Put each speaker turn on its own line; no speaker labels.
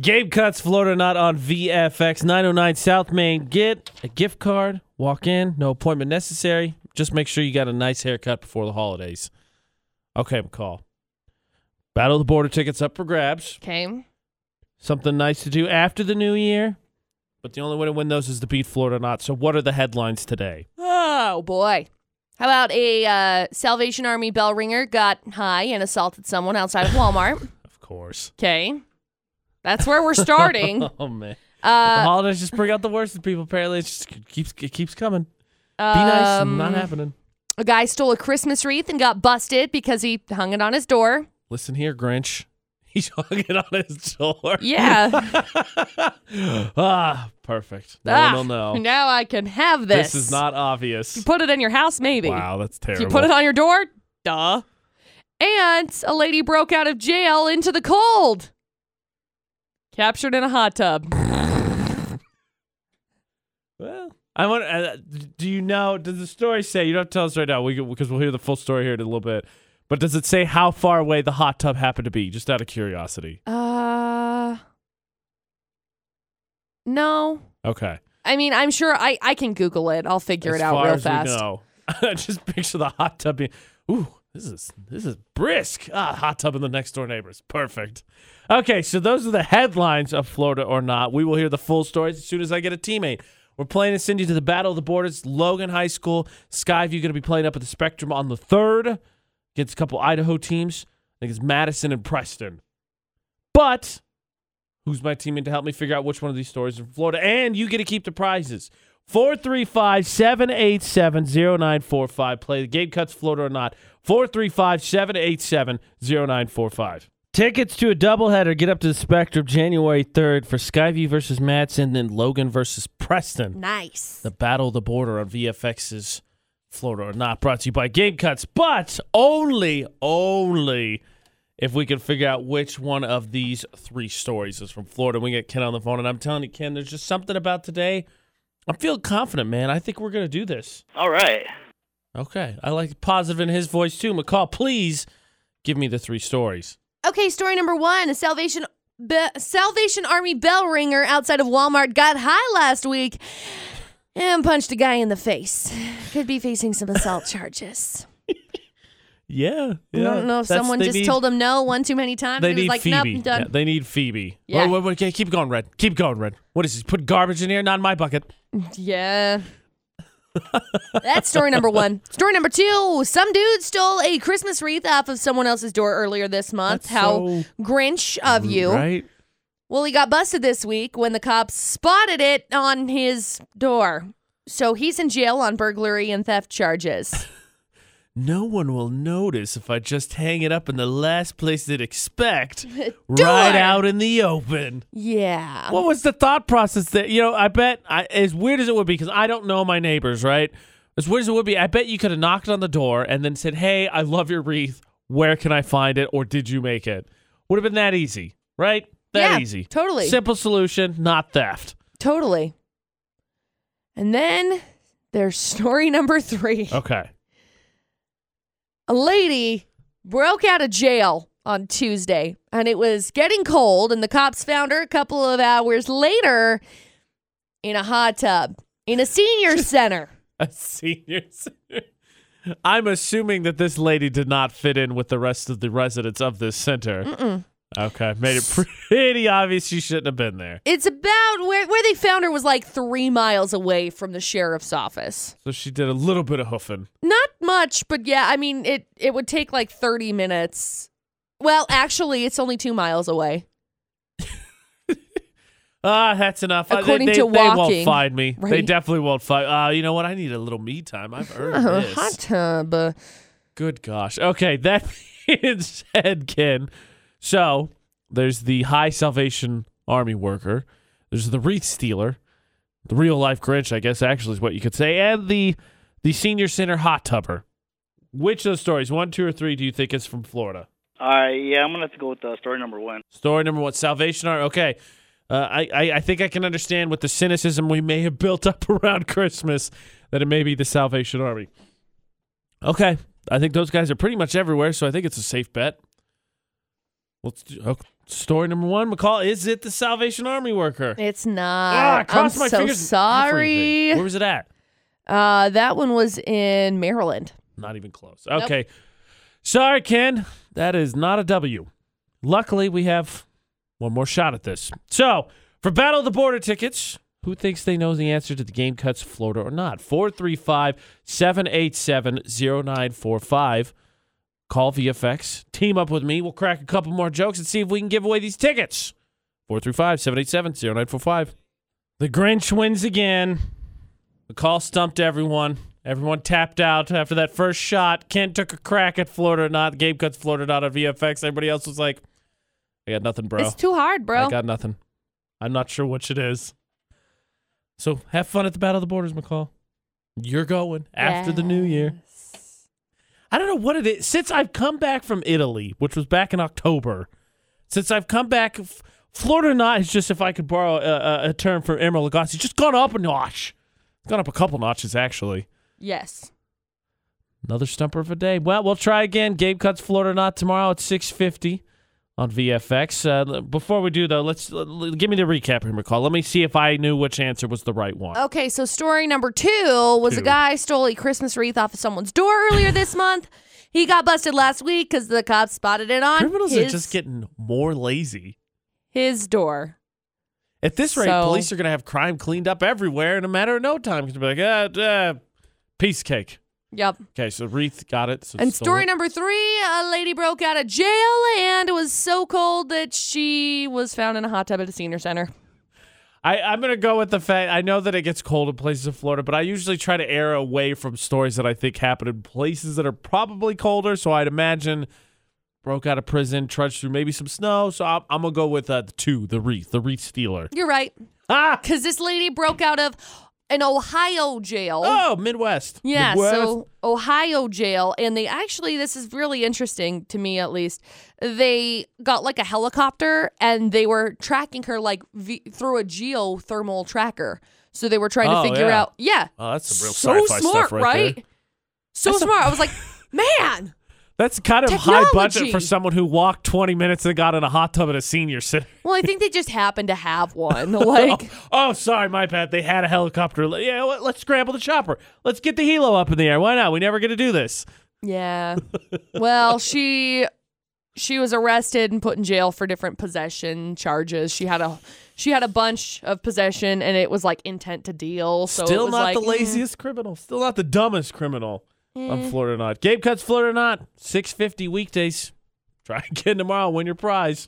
Gabe Cuts, Florida Not on VFX 909 South Main. Get a gift card, walk in, no appointment necessary. Just make sure you got a nice haircut before the holidays. Okay, McCall. Battle of the Border tickets up for grabs.
Okay.
Something nice to do after the new year. But the only way to win those is to beat Florida Not. So, what are the headlines today?
Oh boy. How about a uh, Salvation Army bell ringer got high and assaulted someone outside of Walmart?
Of course.
Okay. That's where we're starting.
Oh, man. the
Uh,
holidays just bring out the worst in people. Apparently, it just keeps, it keeps coming. Be nice.
um,
not happening.
A guy stole a Christmas wreath and got busted because he hung it on his door.
Listen here, Grinch. He's hugging on his door.
Yeah.
ah, perfect. No
Ah,
one will know.
Now I can have this.
this. is not obvious.
Put it in your house, maybe.
Wow, that's
If
terrible.
you put it on your door, duh. And a lady broke out of jail into the cold, captured in a hot tub.
well, I want. Uh, do you know? Does the story say? You don't have to tell us right now. We because we'll hear the full story here in a little bit. But does it say how far away the hot tub happened to be? Just out of curiosity.
Uh, no.
Okay.
I mean, I'm sure I, I can Google it. I'll figure
as
it out
far
real
as
fast.
We know. Just picture the hot tub being. Ooh, this is this is brisk. Ah, hot tub in the next door neighbors. Perfect. Okay, so those are the headlines of Florida or not. We will hear the full stories as soon as I get a teammate. We're playing a Cindy to the Battle of the Borders, Logan High School. Skyview going to be playing up at the Spectrum on the third against a couple Idaho teams. I think it's Madison and Preston. But who's my teammate to help me figure out which one of these stories in Florida? And you get to keep the prizes. 435 787 0945. Play the game cuts Florida or not. 435 787 0945. Tickets to a doubleheader get up to the Spectrum January 3rd for Skyview versus Madsen, then Logan versus Preston.
Nice.
The Battle of the Border on VFX's Florida or Not, brought to you by Game Cuts, but only, only if we can figure out which one of these three stories is from Florida. We get Ken on the phone, and I'm telling you, Ken, there's just something about today. I'm feeling confident, man. I think we're going to do this.
All right.
Okay. I like positive in his voice, too. McCall, please give me the three stories.
Okay, story number one: a Salvation Be- Salvation Army bell ringer outside of Walmart got high last week and punched a guy in the face. Could be facing some assault charges.
Yeah.
I don't know if someone just told him no one too many times.
They
he was
need
like, nope,
Phoebe.
I'm done.
Yeah, they need Phoebe.
Yeah.
Wait, wait, wait, okay, keep going, Red. Keep going, Red. What is this? Put garbage in here, not in my bucket.
Yeah. That's story number one. Story number two some dude stole a Christmas wreath off of someone else's door earlier this month.
That's
How
so
Grinch of you.
Right?
Well, he got busted this week when the cops spotted it on his door. So he's in jail on burglary and theft charges.
No one will notice if I just hang it up in the last place they'd expect,
Door.
right out in the open.
Yeah.
What was the thought process that, you know, I bet, I, as weird as it would be, because I don't know my neighbors, right? As weird as it would be, I bet you could have knocked on the door and then said, hey, I love your wreath. Where can I find it? Or did you make it? Would have been that easy, right? That
Yeah,
easy.
totally.
Simple solution, not theft.
Totally. And then there's story number three.
Okay.
a lady broke out of jail on Tuesday and it was getting cold and the cops found her a couple of hours later in a hot tub in a senior center.
a senior center. I'm assuming that this lady did not fit in with the rest of the residents of this center. Okay, made it pretty obvious she shouldn't have been there.
It's about where where they found her was like 3 miles away from the sheriff's office.
So she did a little bit of hoofing.
Not much, but yeah, I mean it it would take like 30 minutes. Well, actually, it's only 2 miles away.
Ah, that's enough. Uh, they-
According
they,
to
they won't
walking,
find me. They
right?
definitely won't find. Uh, you know what? I need a little me time. I've earned
Oh,
this.
hot tub.
Good gosh. Okay, that being said, Ken. So there's the high salvation army worker. There's the wreath stealer, the real life Grinch, I guess actually is what you could say, and the the senior center hot tubber. Which of those stories, one, two, or three, do you think is from Florida?
Uh, yeah, I'm gonna have to go with uh, story number one.
Story number one, Salvation Army. Okay, uh, I, I I think I can understand what the cynicism we may have built up around Christmas that it may be the Salvation Army. Okay, I think those guys are pretty much everywhere, so I think it's a safe bet. Let's do. Okay. Story number one, McCall, is it the Salvation Army worker?
It's
ah,
not. I'm
cross my
so
fingers.
sorry.
Everything. Where was it at?
Uh, that one was in Maryland.
Not even close. Okay. Sorry, Ken. That is not a W. Luckily, we have one more shot at this. So, for Battle of the Border tickets, who thinks they know the answer to the game cuts Florida or not? 435 787 0945. Call VFX. Team up with me. We'll crack a couple more jokes and see if we can give away these tickets. 435 787 0945. The Grinch wins again. The call stumped everyone. Everyone tapped out after that first shot. Ken took a crack at Florida or not. Gabe cuts Florida or not on VFX. Everybody else was like, I got nothing, bro. uh,
It's too hard, bro.
I got nothing. I'm not sure which it is. So have fun at the Battle of the Borders, McCall. You're going after the new year.
Yes.
I don't know what it is. Since I've come back from Italy, which was back in October, since I've come back, F- Florida or not is just, if I could borrow a, a, a term from Emerald Lagasse, just gone up a notch. Gone up a couple notches, actually.
Yes.
Another stumper of a day. Well, we'll try again. Gabe cuts Florida or not tomorrow at 6:50 on VFX. Uh, l- before we do though, let's l- l- give me the recap here, McCall. Let me see if I knew which answer was the right one.
Okay, so story number two was
Two.
a guy stole a Christmas wreath off of someone's door earlier this month. He got busted last week because the cops spotted it on
Criminals
his,
are just getting more lazy.
his door.
At this rate,
So-
police are going to have crime cleaned up everywhere in a matter of no time. It's gonna be like, uh, uh, piece of cake.
Yep.
Okay, so Wreath got it. So
And
stole
story
it.
number three a lady broke out of jail and was so cold that she was found in a hot tub at a senior center.
I, I'm going to go with the fact I know that it gets cold in places of Florida, but I usually try to err away from stories that I think happen in places that are probably colder. So I'd imagine broke out of prison, trudged through maybe some snow. So I'm, I'm going to go with uh, the two, the wreath, the wreath stealer.
You're right.
Ah!
Because this lady broke out of an Ohio jail.
Oh, Midwest.
Yeah,
Midwest.
so Ohio jail, and they actually, this is really interesting to me at least. They got like a helicopter and they were tracking her like v- through a geothermal tracker. So they were trying
Oh,
to figure
yeah.
out, yeah.
Oh, that's some real
so
sci-fi
smart,
stuff right,
right?
there.
So
That's a-
smart. I was like, man,
That's kind of high budget
Technology.
for someone who walked 20 minutes and got in a hot tub at a senior center.
Well, I think they just happen to have one. Like,
Oh, sorry, my bad. They had a helicopter. Le- Yeah, let- let's scramble the chopper. Let's get the helo up in the air. Why not? We never get to do this.
yeah. Well, she she was arrested and put in jail for different possession charges. She had a she had a bunch of possession, and it was like intent to deal. So it
Still
was
not
like,
the
mm,
laziest criminal. Still not the dumbest criminal
Eh.
on Florida or not. Gabe cuts Florida or not. Six fifty weekdays. Try again tomorrow. Win your prize.